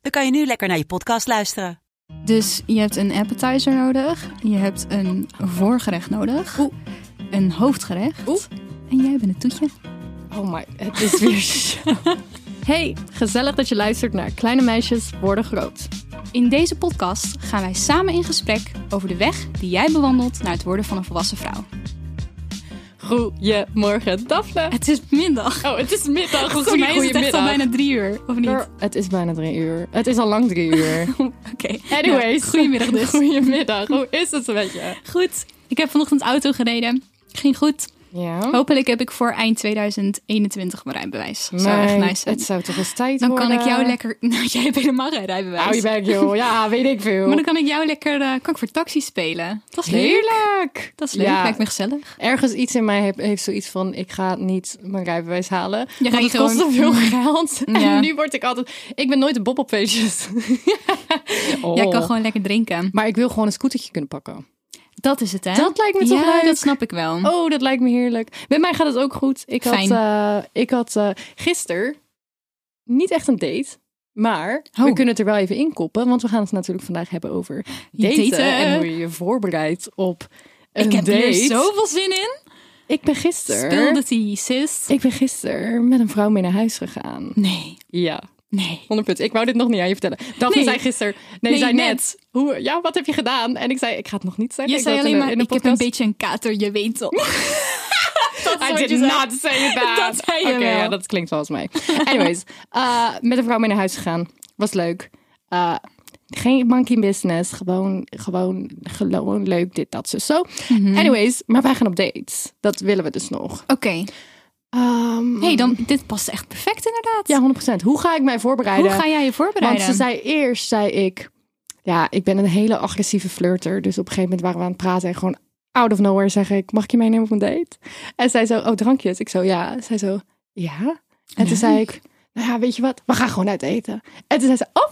dan kan je nu lekker naar je podcast luisteren. Dus je hebt een appetizer nodig, je hebt een voorgerecht nodig, een hoofdgerecht Oeh. en jij bent het toetje. Oh my, het is weer zo. Hey, gezellig dat je luistert naar Kleine Meisjes Worden Groot. In deze podcast gaan wij samen in gesprek over de weg die jij bewandelt naar het worden van een volwassen vrouw. Goedemorgen, Daphne. Het is middag. Oh, het is middag. Volgens mij is het echt al bijna drie uur, of niet? Het is bijna drie uur. Het is al lang drie uur. Oké. Anyways. Nou, goedemiddag dus. Goedemiddag. Hoe is het met je? Goed. Ik heb vanochtend auto gereden. Ging goed. Ja. Hopelijk heb ik voor eind 2021 mijn rijbewijs. zou echt nice zijn. Het zou toch eens tijd Dan worden. kan ik jou lekker... Nou, jij hebt helemaal geen rijbewijs. Hou je bek, joh. Ja, weet ik veel. Maar dan kan ik jou lekker eh, kan ik voor taxi spelen. Dat is leuk. Heerlijk. Dat is leuk. Ja. Lijkt me gezellig. Ergens iets in mij heeft, heeft zoiets van: ik ga niet mijn rijbewijs halen. Je want gaat het kost gewoon- Mm. te veel geld. Ja. En nu word ik altijd. Ik ben nooit een bob op feestjes. oh. Jij kan gewoon lekker drinken. Maar ik wil gewoon een scootertje kunnen pakken. Dat is het, hè? Dat lijkt me ja, toch leuk? dat snap ik wel. Oh, dat lijkt me heerlijk. Met mij gaat het ook goed. Ik had, Fijn. eh, ik had eh gisteren niet echt een date. Maar we Oh. kunnen het er wel even inkoppen. Want we gaan het natuurlijk vandaag hebben over Je daten. daten. En hoe je je voorbereidt op een ik heb date. hier zoveel zin in. Ik ben gisteren... Speel de tea, sis. Ik ben gisteren met een vrouw mee naar huis gegaan. Nee, Ja, nee. 100 punten. Ik wou dit nog niet aan je vertellen. Daphne Nee. zei gisteren, nee, Nee, zei net. net. Hoe, ja, wat heb je gedaan? En ik zei, ik ga het nog niet zeggen. Je ik zei wou alleen het maar, in ik de- heb in een de beetje een kater, je weet toch. podcast- wat I je did zei. not say that. Dat zei je Oké, wel. ja, dat klinkt zoals mij. Anyways, eh, met een vrouw mee naar huis gegaan. Was leuk. Eh, geen monkey business. Gewoon, gewoon, gewoon leuk dit, dat, zus, zo. Anyways, maar wij gaan op dates. Dat willen we dus nog. Oké. Ehm, hey, dan, dit past echt perfect inderdaad. Ja, 100%. Hoe ga ik mij voorbereiden? Hoe ga jij je voorbereiden? Want ze zei eerst, zei ik, ja, ik ben een hele agressieve flirter. Dus op een gegeven moment waren we aan het praten en gewoon out of nowhere zeg ik, mag ik je meenemen op een date? En zij zo, oh drankjes. Ik zo, ja. Zij zo, ja. En toen zei ik, nou ja, weet je wat, we gaan gewoon uit eten. En toen zei ze, oh,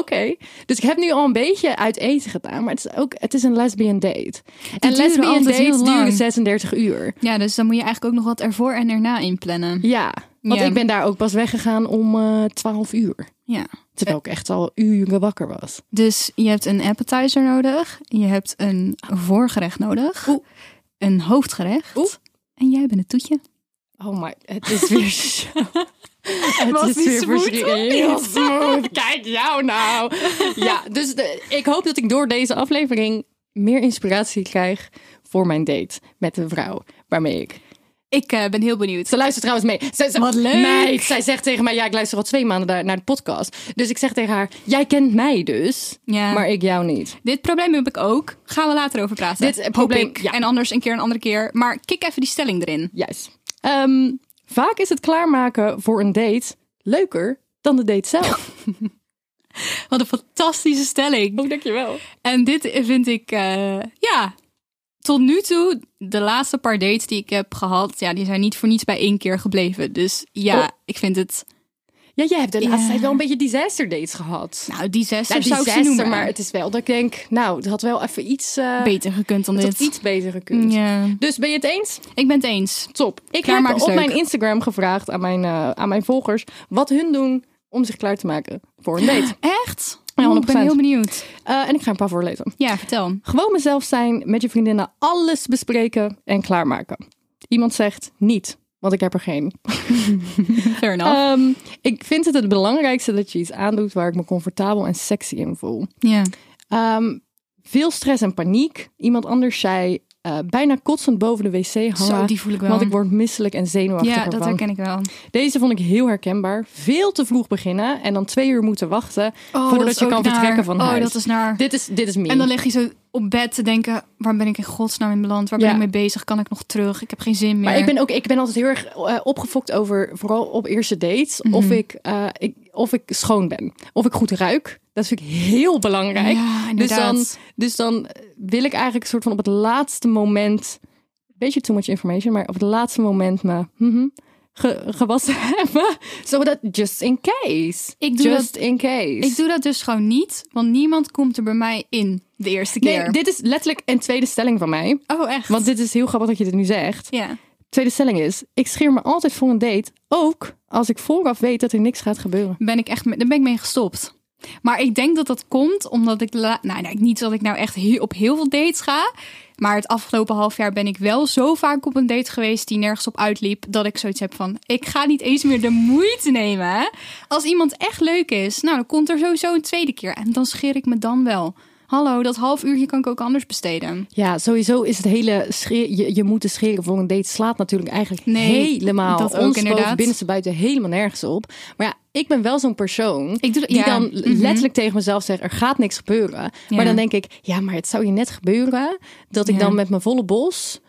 oké. Dus ik heb nu al een beetje uit eten gedaan, maar het is ook, het is een lesbian date. en duren lesbian altijd heel dates duren lang. 36 uur. Ja, dus dan moet je eigenlijk ook nog wat ervoor en erna inplannen. Ja, want Ja. ik ben daar ook pas weggegaan om eh 12 uur. Ja. Terwijl ik echt al uren wakker was. Dus je hebt een appetizer nodig, je hebt een voorgerecht nodig, Oeh. een hoofdgerecht Oeh. en jij bent het toetje. Oh my, het is weer zo. het Was die smooth verschri- of niet? heel smooth. Kijk jou nou. Ja, dus de- ik hoop dat ik door deze aflevering meer inspiratie krijg voor mijn date met een vrouw waarmee ik. Ik eh, ben heel benieuwd. Ze luistert trouwens mee. Ze, ze- Wat leuk. Meid, zij zegt tegen mij, ja, ik luister al twee maanden daar- naar de podcast. Dus ik zeg tegen haar, jij kent mij dus, Ja. maar ik jou niet. Dit probleem heb ik ook. Gaan we later over praten. Dit, eh, Hoop probleem- ik. ja. En anders een keer een andere keer. Maar kik even die stelling erin. Juist. Ehm, vaak is het klaarmaken voor een date leuker dan de date zelf. Wat een fantastische stelling. Oh, dankjewel. En dit vind ik, eh, ja, tot nu toe, de laatste paar dates die ik heb gehad, ja, die zijn niet voor niets bij één keer gebleven. Dus ja, Oh. ik vind het, Ja, jij hebt de Ja. laatste tijd wel een beetje disaster dates gehad. nou, die zes Nou, zou ik ze disaster, noemen. maar het is wel dat ik denk, nou, het had wel even iets, eh, beter gekund dan het had dit. iets beter gekund. Ja. Dus ben je het eens? Ik ben het eens. Top. Ik Klaarmaken heb is op leuk. mijn Instagram gevraagd aan mijn, eh, aan mijn volgers wat hun doen om zich klaar te maken voor een date. Echt? Ja, Oh, ik 100%. ben heel benieuwd. Eh, en ik ga een paar voorlezen. Ja, vertel. Gewoon mezelf zijn, met je vriendinnen alles bespreken en klaarmaken. Iemand zegt niet, want ik heb er geen. Fair enough. Ehm, ik vind het het belangrijkste dat je iets aandoet waar ik me comfortabel en sexy in voel. ja. Ehm, veel stress en paniek. Iemand anders zei, eh, eh, bijna kotsend boven de wc hangen. Zo, die voel ik wel. Want ik word misselijk en zenuwachtig ja, ervan. dat herken ik wel. Deze vond ik heel herkenbaar. Veel te vroeg beginnen en dan twee uur moeten wachten voordat je kan vertrekken van oh, huis. dat is naar. Dit is, dit is me. En dan lig je zo op bed te denken, waar ben ik in godsnaam in beland? Waar ben Ja. ik mee bezig? Kan ik nog terug? Ik heb geen zin meer. Maar ik ben ook, ik ben altijd heel erg eh, opgefokt over, vooral op eerste dates, Mhm. of, ik, eh, ik, of ik schoon ben. Of ik goed ruik. Dat vind ik heel belangrijk. Ja, dus, dan, inderdaad. dus dan wil ik eigenlijk soort van op het laatste moment, beetje too much information, maar op het laatste moment me mhm, ge- gewassen hebben. Zodat, just in case. Ik doe just dat- in case. Ik doe dat dus gewoon niet, want niemand komt er bij mij in de eerste keer. nee, dit is letterlijk een tweede stelling van mij. Oh, echt? Want dit is heel grappig dat je dit nu zegt. Ja. Tweede stelling is: ik scheer me altijd voor een date. Ook als ik vooraf weet dat er niks gaat gebeuren. ben ik echt me- daar ben ik mee gestopt. Maar ik denk dat dat komt omdat ik la- nou, nee, niet dat ik nou echt heel, op heel veel dates ga, maar het afgelopen half jaar ben ik wel zo vaak op een date geweest die nergens op uitliep dat ik zoiets heb van ik ga niet eens meer de moeite nemen. hè. Als iemand echt leuk is, nou dan komt er sowieso een tweede keer en dan scheer ik me dan wel. Hallo, dat half uurtje kan ik ook anders besteden. Ja, sowieso is het hele scheer, je, je moeten scheren voor een date slaat natuurlijk eigenlijk Nee, helemaal dat ook ons inderdaad. boven binnenste buiten helemaal nergens op. Maar ja, ik ben wel zo'n persoon Ik doe dat- die ja, dan mhm. letterlijk tegen mezelf zegt: er gaat niks gebeuren. Ja. Maar dan denk ik: ja, maar het zou je net gebeuren dat ik Ja. dan met mijn volle bos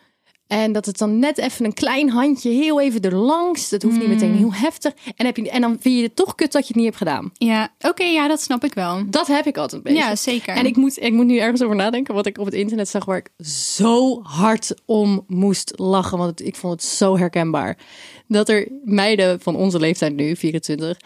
En dat het dan net even een klein handje heel even erlangs. Dat hoeft niet meteen heel heftig. En, heb je, en dan vind je het toch kut dat je het niet hebt gedaan. Ja, oké, ja, dat snap ik wel. Dat heb ik altijd een beetje. Ja, zeker. En ik moet, ik moet nu ergens over nadenken wat ik op het internet zag waar ik zo hard om moest lachen. Want het- ik vond het zo herkenbaar. Dat er meiden van onze leeftijd nu, 24,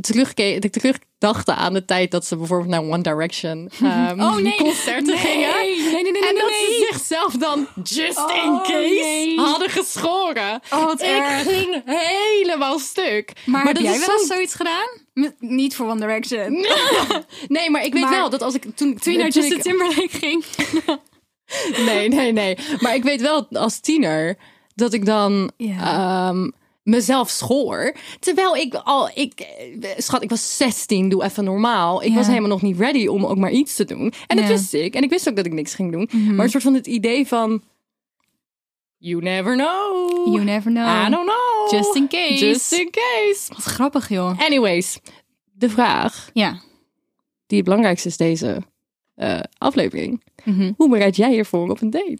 terugke- dat ik terugdachten aan de tijd dat ze bijvoorbeeld naar One Direction ehm, Oh, nee. concerten Nee. gingen. Nee, nee, nee, nee, en nee, dat nee. ze zichzelf dan just in Oh, case nee. hadden geschoren. Oh, wat ik erg. ging helemaal stuk. Maar, heb dat jij is wel zo'n eens zoiets gedaan? M- niet voor One Direction. Nee, maar ik weet Maar- wel dat als ik toen... Toen je naar toen ik- Justin Timberlake ging. Nee, nee, nee. Maar ik weet wel als tiener dat ik dan Ja. ehm, mezelf schoor. Terwijl ik al, ik, eh, schat, ik was 16, doe even normaal. Ik Ja. was helemaal nog niet ready om ook maar iets te doen. En dat Ja. Mhm. wist ik. En ik wist ook dat ik niks ging doen. Maar een soort van het idee van. You never know. You never know. I don't know. Just in case. Just in case. Wat grappig, joh. Anyways, de vraag Ja. die het belangrijkste is deze eh, aflevering. Mhm. Hoe bereid jij je voor op een date?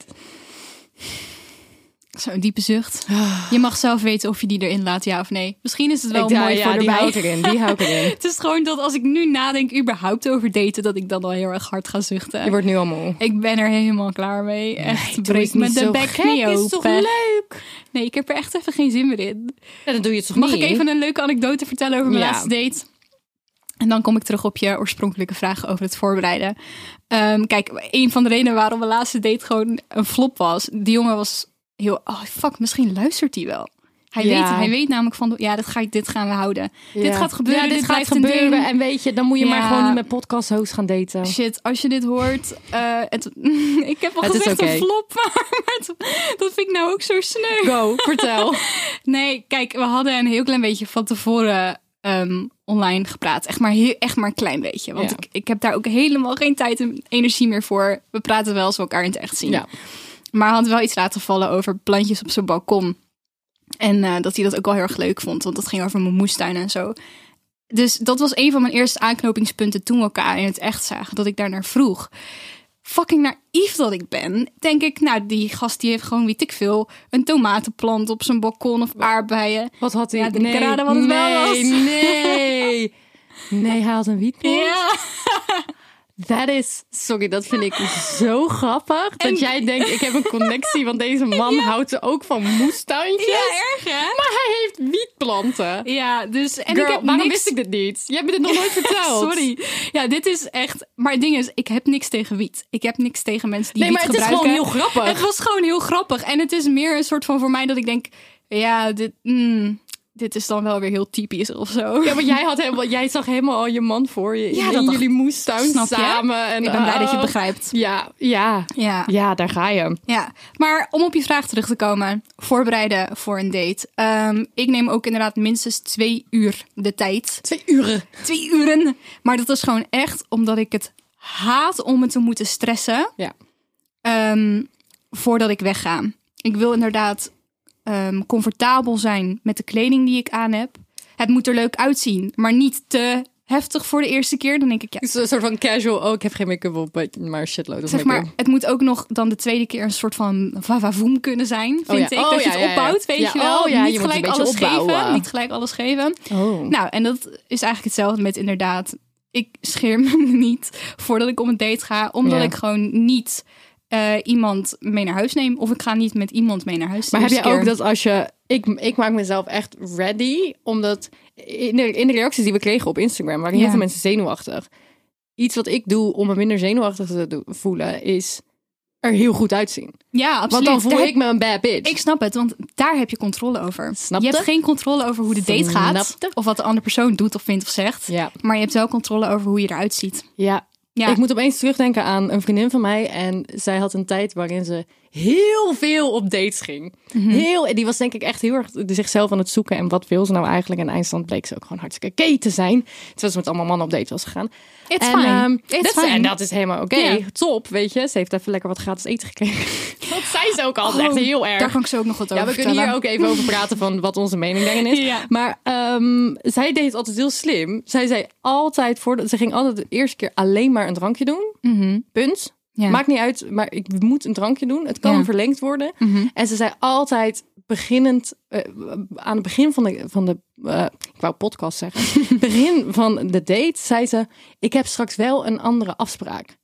Zo'n diepe zucht. Je mag zelf weten of je die erin laat, ja of nee. Misschien is het wel Ik dacht, mooi ja, voor die erbij. hou ik erin. Die hou ik erin. Het is gewoon dat als ik nu nadenk überhaupt over daten, dat ik dan al heel erg hard ga zuchten. Je wordt nu al moe. Ik ben er helemaal klaar mee. Echt, breek me de bek niet open. is toch leuk? Nee, ik heb er echt even geen zin meer in. Ja, dan doe je het toch Mag niet? ik even een leuke anekdote vertellen over mijn Ja. laatste date? En dan kom ik terug op je oorspronkelijke vraag over het voorbereiden. Ehm, kijk, een van de redenen waarom mijn laatste date gewoon een flop was. Die jongen was heel... Oh, fuck, misschien luistert hij wel. Hij, Ja. weet, hij weet namelijk van... Ja, dit, ga ik, dit gaan we houden. Dit gaat gebeuren, Ja, dit, dit, gaat blijft een ding. gebeuren. En weet je, dan moet je maar Ja. gewoon niet met podcasthost gaan daten. Shit, als je dit hoort. eh, het, ik heb al Het is gezegd oké. een flop, maar, maar het- dat vind ik nou ook zo sneu. Go, vertel. Nee, kijk, we hadden een heel klein beetje van tevoren ehm, online gepraat. Echt maar, heel, echt maar een klein beetje. Want Ja. ik, ik heb daar ook helemaal geen tijd en energie meer voor. We praten wel als we elkaar in het echt zien. Ja. Maar hij had wel iets laten vallen over plantjes op zijn balkon. En eh, dat hij dat ook wel heel erg leuk vond. Want dat ging over mijn moestuin en zo. Dus dat was een van mijn eerste aanknopingspunten toen we elkaar in het echt zagen. Dat ik daar naar vroeg. Fucking naïef dat ik ben. Denk ik, nou die gast die heeft gewoon, weet ik veel, een tomatenplant op zijn balkon of aardbeien. Wat had hij? Ja, ik raden wat het wel was. nee, nee. Nee, hij had een wietplant. Ja. That is, sorry, dat vind ik zo grappig. En- Dat jij denkt, ik heb een connectie, want deze man houdt ook van moestuintjes. Ja, erg hè? Maar hij heeft wietplanten. Ja, dus. En Girl, ik heb waarom niks... wist ik dit niet? Je hebt me dit nog nooit verteld. Sorry. Ja, dit is echt. Maar het ding is, ik heb niks tegen wiet. Ik heb niks tegen mensen die Nee, wiet maar het is gebruiken. gewoon heel grappig. Het was gewoon heel grappig. En het is meer een soort van voor mij dat ik denk, ja, dit, mm, dit is dan wel weer heel typisch of zo. Ja, maar jij, had helemaal, jij zag helemaal al je man voor je. Ja, dat in dacht- jullie moestuin Snap je? samen. En, ik ben blij dat je het oh. begrijpt. Ja, ja, Ja. ja, daar ga je. Ja, maar om op je vraag terug te komen, voorbereiden voor een date. Ehm, ik neem ook inderdaad minstens twee uur de tijd. Twee uren. Twee uren! Maar dat is gewoon echt omdat ik het haat om me te moeten stressen. Ja. Ehm, voordat ik wegga. Ik wil inderdaad ehm, comfortabel zijn met de kleding die ik aan heb. Het moet er leuk uitzien, maar niet te heftig voor de eerste keer. Dan denk ik, ja, Het is een soort van casual. Oh, ik heb geen make-up op, but- maar shitload of zeg make-up. maar, het moet ook nog dan de tweede keer een soort van vavavoem kunnen zijn, vind Oh ja. ik. Oh dat je ja, het ja, ja. opbouwt, weet Ja, je wel. oh ja, je niet moet gelijk een beetje alles opbouwen. geven. Niet gelijk alles geven. Oh. Nou, en dat is eigenlijk hetzelfde met inderdaad. Ik scheer me niet voordat ik op een date ga, omdat Ja. ik gewoon niet eh, iemand mee naar huis neem. Of ik ga niet met iemand mee naar huis. de Maar heb je eerste ook keer. dat als je... Ik, ik maak mezelf echt ready, omdat in de, in de reacties die we kregen op Instagram waren heel Ja. veel mensen zenuwachtig. Iets wat ik doe om me minder zenuwachtig te do- voelen, is er heel goed uitzien. Ja, absoluut. Want dan voel Daar ik me een bad bitch. Ik snap het, want daar heb je controle over. Snap je hebt je? geen controle over hoe de date gaat. Snap je? Of wat de andere persoon doet of vindt of zegt. Ja. Maar je hebt wel controle over hoe je eruit ziet. ja. Ja. Ik moet opeens terugdenken aan een vriendin van mij. En zij had een tijd waarin ze heel veel op dates ging. Mhm. Heel, en die was denk ik echt heel erg zichzelf aan het zoeken. En wat wil ze nou eigenlijk? En eindstand bleek ze ook gewoon hartstikke gay te zijn. Terwijl ze met allemaal mannen op date was gegaan. It's en, fine. ehm, It's dat- fine. En dat is helemaal oké. Ja. Top, weet je. Ze heeft even lekker wat gratis eten gekregen. Oh, dat zei ze ook altijd. echt heel erg. Daar kan ik zo ook nog wat Ja, over we kunnen hier vertellen. ook even over praten van wat onze mening daarin is. Ja. Maar ehm, zij deed het altijd heel slim. Zij zei altijd voordat ze ging altijd de eerste keer alleen maar een drankje doen. Punt. Mhm. Ja. Maakt niet uit, maar ik moet een drankje doen. Het kan Ja. Mhm. verlengd worden. En ze zei altijd beginnend eh, aan het begin van de van de eh, ik wou podcast zeggen. begin van de date zei ze: ik heb straks wel een andere afspraak.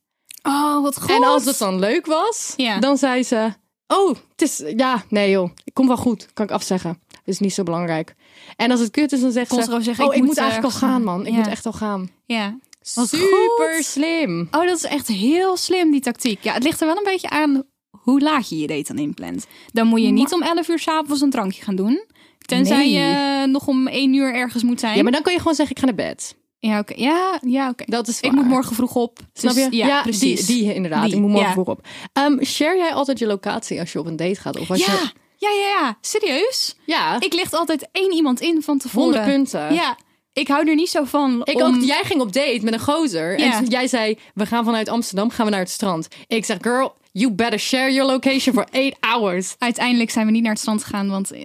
Oh, wat goed. En als het dan leuk was, Ja. dan zei ze: Oh, het is. Ja, nee joh. Ik kom wel goed. Kan ik afzeggen. Is niet zo belangrijk. En als het kut is, dan zegt Kon ze: ze gewoon zeggen, Oh, ik ik, moet, moet, eh, eigenlijk al gaan." gaan, man. Ik Ja. moet echt al gaan. Ja. Wat Super goed. slim. Oh, dat is echt heel slim, die tactiek. Ja, het ligt er wel een beetje aan hoe laat je je date dan inplant. Dan moet je niet om 11 uur s'avonds een drankje gaan doen. Tenzij Nee. je nog om 1 uur ergens moet zijn. Ja, maar dan kan je gewoon zeggen: Ik ga naar bed. Ja, oké. Ja, ja, oké. Dat is Ik waar. moet morgen vroeg op. Snap dus je? Ja, precies. Die, die inderdaad. Die, ik moet morgen ja. vroeg op. Ehm, share jij altijd je locatie als je op een date gaat? Of als ja. je. ja, ja, ja. Serieus? Ja, Ik licht altijd één iemand in van tevoren. 100 punten. Ja. Ik hou er niet zo van. Ik om... ook, jij ging op date met een gozer. Ja. En jij zei, we gaan vanuit Amsterdam gaan we naar het strand. Ik zeg, girl, you better share your location for eight hours. Uiteindelijk zijn we niet naar het strand gegaan, want eh,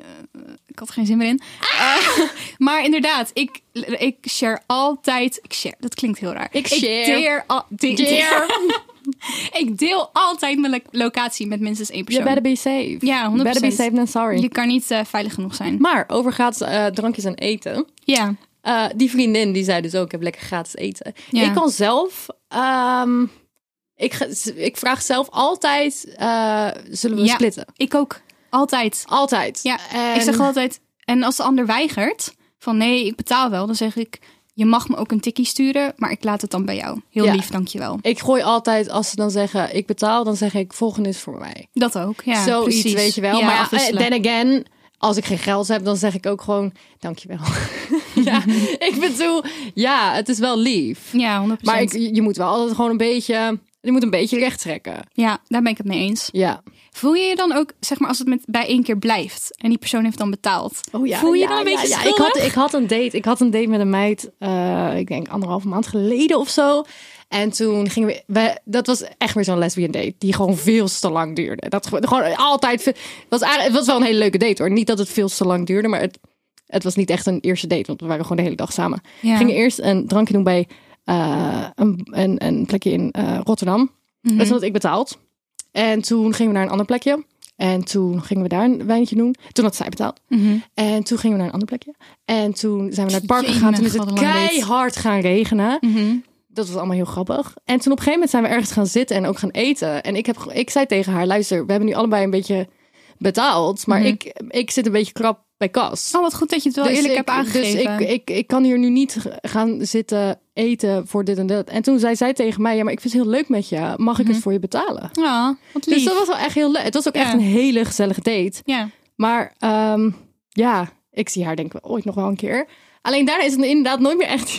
ik had er geen zin meer in. Eh, maar inderdaad, ik, ik share altijd. Ik share, dat klinkt heel raar. Ik share. Ik, deer al- de- Dear. ik deel altijd mijn lo- locatie met minstens één You persoon. better be safe. Ja, 100%. Better be safe than sorry. Je kan niet eh, veilig genoeg zijn. Maar over gratis eh, drankjes en eten. Ja. Eh, die vriendin die zei dus ook, ik heb lekker gratis eten. Ja. Ik kan zelf... ehm, ik, ga- ik vraag zelf altijd, eh, zullen we ja. splitten? Ik ook. Altijd. Altijd. Ja, En- ik zeg altijd... En als de ander weigert, van nee, ik betaal wel, dan zeg ik... Je mag me ook een tikkie sturen, maar ik laat het dan bij jou. Heel Ja. lief, dankjewel. ik gooi altijd, als ze dan zeggen, ik betaal, dan zeg ik, volgende is voor mij. Dat ook, ja. zoiets, precies. weet je wel. Ja, maar ja, afwisselen. then again, als ik geen geld heb, dan zeg ik ook gewoon dankjewel. ja, ik bedoel, ja, het is wel lief. Ja, 100%. Maar ik, je moet wel altijd gewoon een beetje, je moet een beetje recht trekken. Ja, daar ben ik het mee eens. Ja. Voel je je dan ook, zeg maar, als het met, bij één keer blijft en die persoon heeft dan betaald? Voel je je dan een beetje Oh ja, ik, schuldig? had, e- ik had een date. Ik had een date met een meid, eh, ik denk anderhalve maand geleden of zo. En toen gingen we, we- dat was echt weer zo'n lesbian date, die gewoon veel te lang duurde. Dat gewoon, gewoon altijd, veel- het was, aardig- het was wel een hele leuke date hoor. Niet dat het veel te lang duurde, maar het, het was niet echt een eerste date, want we waren gewoon de hele dag samen. Ja. We gingen eerst een drankje doen bij eh, een, een, een plekje in eh, Rotterdam. Mhm. Dat is wat ik betaald. En toen gingen we naar een ander plekje. En toen gingen we daar een wijntje doen. Toen had zij betaald. Mhm. En toen gingen we naar een ander plekje. En toen zijn we naar het park Jemig, gegaan. Toen is wat het een lange Mhm. date. keihard gaan regenen. Dat was allemaal heel grappig. En toen op een gegeven moment zijn we ergens gaan zitten en ook gaan eten. En ik, heb, ge- ik zei tegen haar, luister, we hebben nu allebei een beetje betaald. Mhm. Maar ik, ik zit een beetje krap bij kas. Oh, wat goed dat je het wel eerlijk Dus ik, hebt aangegeven. Dus ik, ik, ik kan hier nu niet g- gaan zitten eten voor dit en dat. En toen zei zij tegen mij, ja, maar ik vind het heel leuk met je. Mag ik het voor je betalen? Ja, Oh, wat Mhm. lief. Dus dat was wel echt heel leuk. Het was ook Ja. echt een hele gezellige date. Ja. Maar ehm, ja, ik zie haar denk ik ooit nog wel een keer. Alleen daarna is het inderdaad nooit meer echt...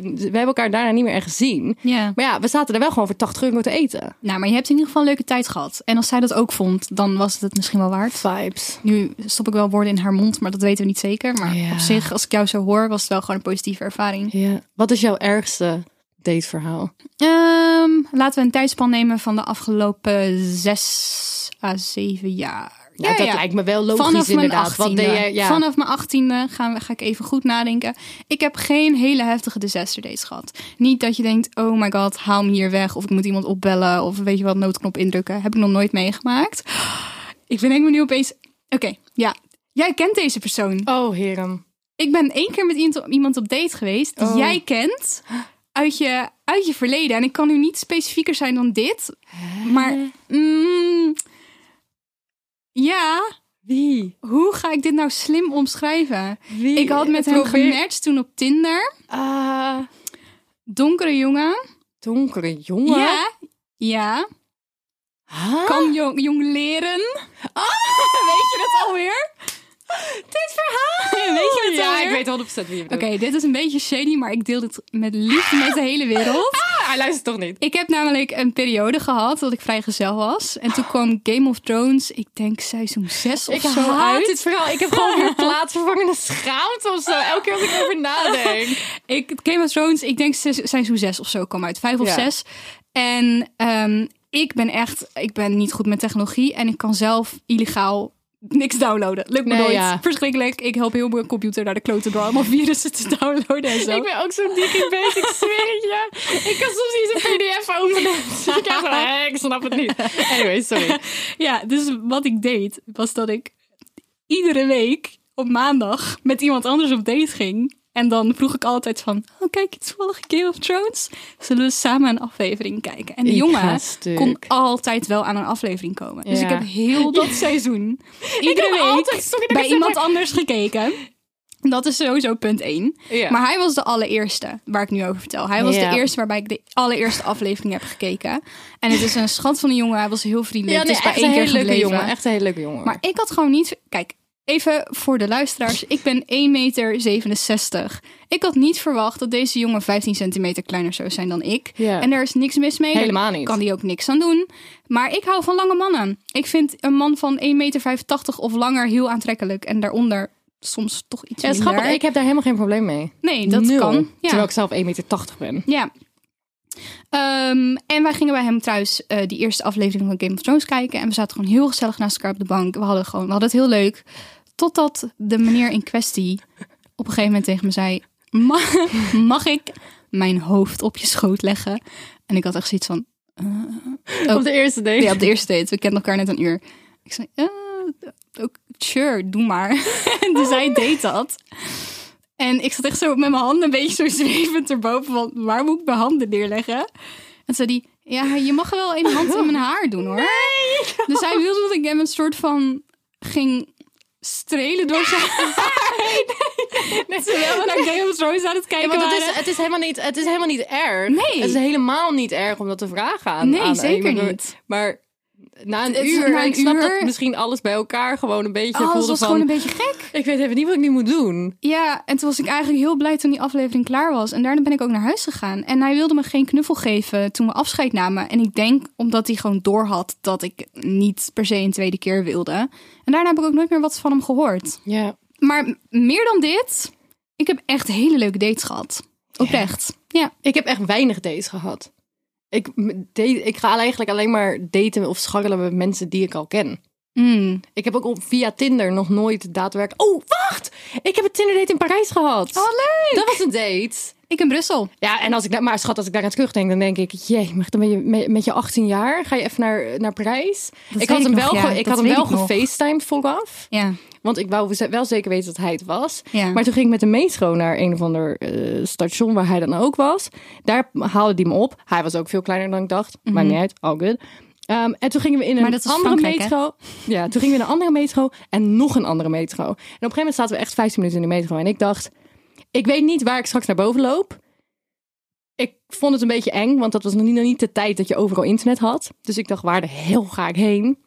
We hebben elkaar daarna niet meer echt gezien. Ja. Maar ja, we zaten er wel gewoon voor 80 euro te eten. Nou, maar je hebt in ieder geval een leuke tijd gehad. En als zij dat ook vond, dan was het het misschien wel waard. Vibes. Nu stop ik wel woorden in haar mond, maar dat weten we niet zeker. Maar Ja. op zich, als ik jou zo hoor, was het wel gewoon een positieve ervaring. Ja. Wat is jouw ergste dateverhaal? Ehm, laten we een tijdspan nemen van de afgelopen zes à zeven jaar. Ja, dat lijkt me wel logisch Vanaf mijn inderdaad. Want 18e. deed jij- ja. Vanaf mijn achttiende gaan we, ga ik even goed nadenken. Ik heb geen hele heftige disaster dates gehad. Niet dat je denkt, oh my god, haal me hier weg. Of ik moet iemand opbellen. Of weet je wat, noodknop indrukken. Heb ik nog nooit meegemaakt. Ik ben denk me nu opeens... Oké, ja. Jij kent deze persoon. Oh, heren. Ik ben één keer met iemand op, iemand op date geweest die Oh. jij kent uit je, uit je verleden. En ik kan nu niet specifieker zijn dan dit. Maar mm, ja, Wie? hoe ga ik dit nou slim omschrijven? Wie? Ik had met hem Probeer- gematcht toen op Tinder. Ah, Donkere jongen. donkere jongen. Ja, ja. Huh? Kan jong, jong leren. Ah! weet je dat alweer? Dit verhaal. weet je dat ja, alweer? ik weet 100% wie je Oké, bedoelt. dit is een beetje shady, maar ik deel dit met liefde met de hele wereld. Ah, hij luistert toch niet? Ik heb namelijk een periode gehad dat ik vrijgezel was. En toen kwam Game of Thrones, ik denk seizoen 6 of ik zo haat uit. dit verhaal. Ik heb gewoon weer plaatsvervangende schaamte of zo. Elke keer als ik erover nadenk. Ik, Game of Thrones, ik denk zes- seizoen 6 of zo kwam uit. Vijf of Ja. zes. En ehm, ik ben echt, ik ben niet goed met technologie. En ik kan zelf illegaal niks downloaden. Lukt me Nee, nooit. ja. Verschrikkelijk. Ik help heel mijn computer naar de kloten door allemaal virussen te downloaden en zo. Ik ben ook zo'n dikke beest, ik zweer het je. Ik kan soms niet eens een pdf openen. Dus Ik, heb zo, "Hé, ik snap het niet. Anyway, sorry. Ja, dus wat ik deed, was dat ik iedere week op maandag met iemand anders op date ging. En dan vroeg ik altijd van, oh kijk, je toevallig Game of Thrones. Zullen we samen een aflevering kijken? En die Ik ga jongen stuk. kon altijd wel aan een aflevering komen. Dus Ja. ik heb heel dat seizoen, iedere heb week, altijd- sorry dat ik bij het zeg, iemand maar- anders gekeken. Dat is sowieso punt één. Ja. Maar hij was de allereerste waar ik nu over vertel. Hij was Ja. de eerste waarbij ik de allereerste aflevering heb gekeken. En het is een schat van een jongen. Hij was heel vriendelijk. het Ja, nee, is bij echt één een keer hele leuke gebleven. jongen. Echt een hele leuke jongen. Maar ik had gewoon niet... Kijk, even voor de luisteraars. Ik ben 1,67 meter. Ik had niet verwacht dat deze jongen 15 centimeter kleiner zou zijn dan ik. Ja. En daar is niks mis mee. Helemaal Daar niet. kan die ook niks aan doen. Maar ik hou van lange mannen. Ik vind een man van 1,85 meter of langer heel aantrekkelijk. En daaronder soms toch iets ja, het is minder. grappig. Ik heb daar helemaal geen probleem mee. Nee, dat Nul. kan. Ja. Terwijl ik zelf 1,80 meter ben. Ja. Ehm, en wij gingen bij hem thuis eh, die eerste aflevering van Game of Thrones kijken. En we zaten gewoon heel gezellig naast elkaar op de bank. We hadden, gewoon, we hadden het heel leuk. Totdat de meneer in kwestie op een gegeven moment tegen me zei... Mag, mag ik mijn hoofd op je schoot leggen? En ik had echt zoiets van... Op de eerste date. Ja, op de eerste date. We kenden elkaar net een uur. Ik zei, eh, ook, sure, doe maar. En dus Oh. hij deed dat. En ik zat echt zo met mijn handen een beetje zo zwevend erboven. Van, waar moet ik mijn handen neerleggen? En zei die ja, je mag wel één hand in mijn haar doen hoor. Dus hij wilde dat ik hem een soort van ging strelen door zijn haar. Terwijl we naar Game of Thrones aan het kijken Ja, want het waren. is, het, is helemaal niet, het is helemaal niet erg. Nee. Het is helemaal niet erg om dat te vragen aan Nee, aan zeker iemand. niet. Maar na een Het is uur, na een ik snap uur- dat misschien alles bij elkaar gewoon een beetje Alles voelde Oh, was van... gewoon een beetje gek. Ik weet even niet wat ik nu moet doen. Ja, en toen was ik eigenlijk heel blij toen die aflevering klaar was. En daarna ben ik ook naar huis gegaan. En hij wilde me geen knuffel geven toen we afscheid namen. En ik denk omdat hij gewoon doorhad dat ik niet per se een tweede keer wilde. En daarna heb ik ook nooit meer wat van hem gehoord. Ja. Maar m- meer dan dit, ik heb echt hele leuke dates gehad. Oprecht. Ja. Ik heb echt weinig dates gehad. Ik, m- date- ik ga eigenlijk alleen maar daten of scharrelen met mensen die ik al ken. Mm. Ik heb ook op, via Tinder nog nooit daadwerkelijk... Oh, wacht! Ik heb een Tinder date in Parijs gehad. Wat leuk! Dat was een date. Ik in Brussel. Ja, en als ik daar, maar schat, als ik daar aan terugdenk, dan denk ik, jee, maar dan ben je met, met je 18 jaar, ga je even naar, naar Parijs. weet ik had ik hem nog, wel, ja, ge- ik dat had hem weet wel ik nog. gefacetimed vooraf, Ja. want ik wou ze- wel zeker weten dat hij het was. Ja. Maar toen ging ik met de metro naar een of ander eh, station waar hij dan ook was. Daar haalde hij me op. Hij was ook veel kleiner dan ik dacht, maar niet uit, all good. Ehm, en toen gingen we in Mhm. Maar een dat is andere Frankrijk, hè? metro. Ja, toen gingen we in een andere metro en nog een andere metro. En op een gegeven moment zaten we echt 15 minuten in de metro. En ik dacht, ik weet niet waar ik straks naar boven loop. Ik vond het een beetje eng, want dat was nog niet, nog niet de tijd dat je overal internet had. Dus ik dacht, waar de hel ga ik heen?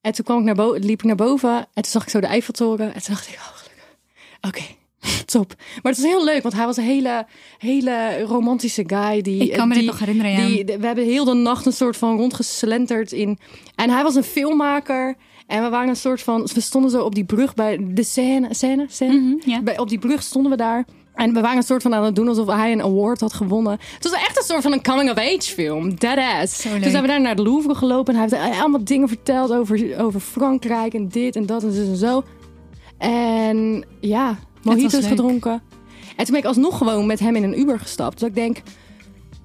En toen kwam ik naar boven, liep ik naar boven en toen zag ik zo de Eiffeltoren. En toen dacht ik, oh gelukkig. Oké, top. Maar het was heel leuk, want hij was een hele, hele romantische guy. Die, Ik kan me dit die- nog herinneren, ja. Die, de- we hebben heel de nacht een soort van rondgeslenterd in... En hij was een filmmaker en we waren een soort van... We stonden zo op die brug bij de scène, scène, scène. Mhm, ja. Bij- op die brug stonden we daar. En we waren een soort van aan het doen alsof hij een award had gewonnen. Het was echt echt een soort van een coming-of-age film. Dead ass. Zo leuk. dus zijn we daar naar het Louvre gelopen. En hij heeft allemaal dingen verteld over, over Frankrijk en dit en dat en zo en zo. En ja, was mojito's leuk. gedronken. En toen ben ik alsnog gewoon met hem in een Uber gestapt. Dus ik denk,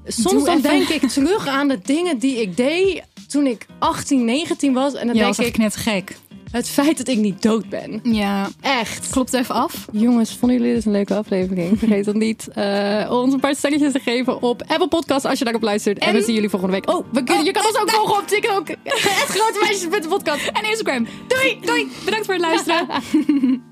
soms Doe dan even. denk ik terug aan de dingen die ik deed toen ik 18, 19 was. En dan Ja, denk was ik, ik net gek. het feit dat ik niet dood ben. Ja, Echt. klopt even af. Jongens, vonden jullie dit een leuke aflevering? Vergeet dan niet eh, ons een paar stelletjes te geven op Apple Podcasts als je daarop luistert. En, En- we zien jullie volgende week. Oh, we kunnen, Oh, je kan ons ook volgen op TikTok. Het grote meisjes met de podcast. En Instagram. Doei, doei. Bedankt voor het luisteren.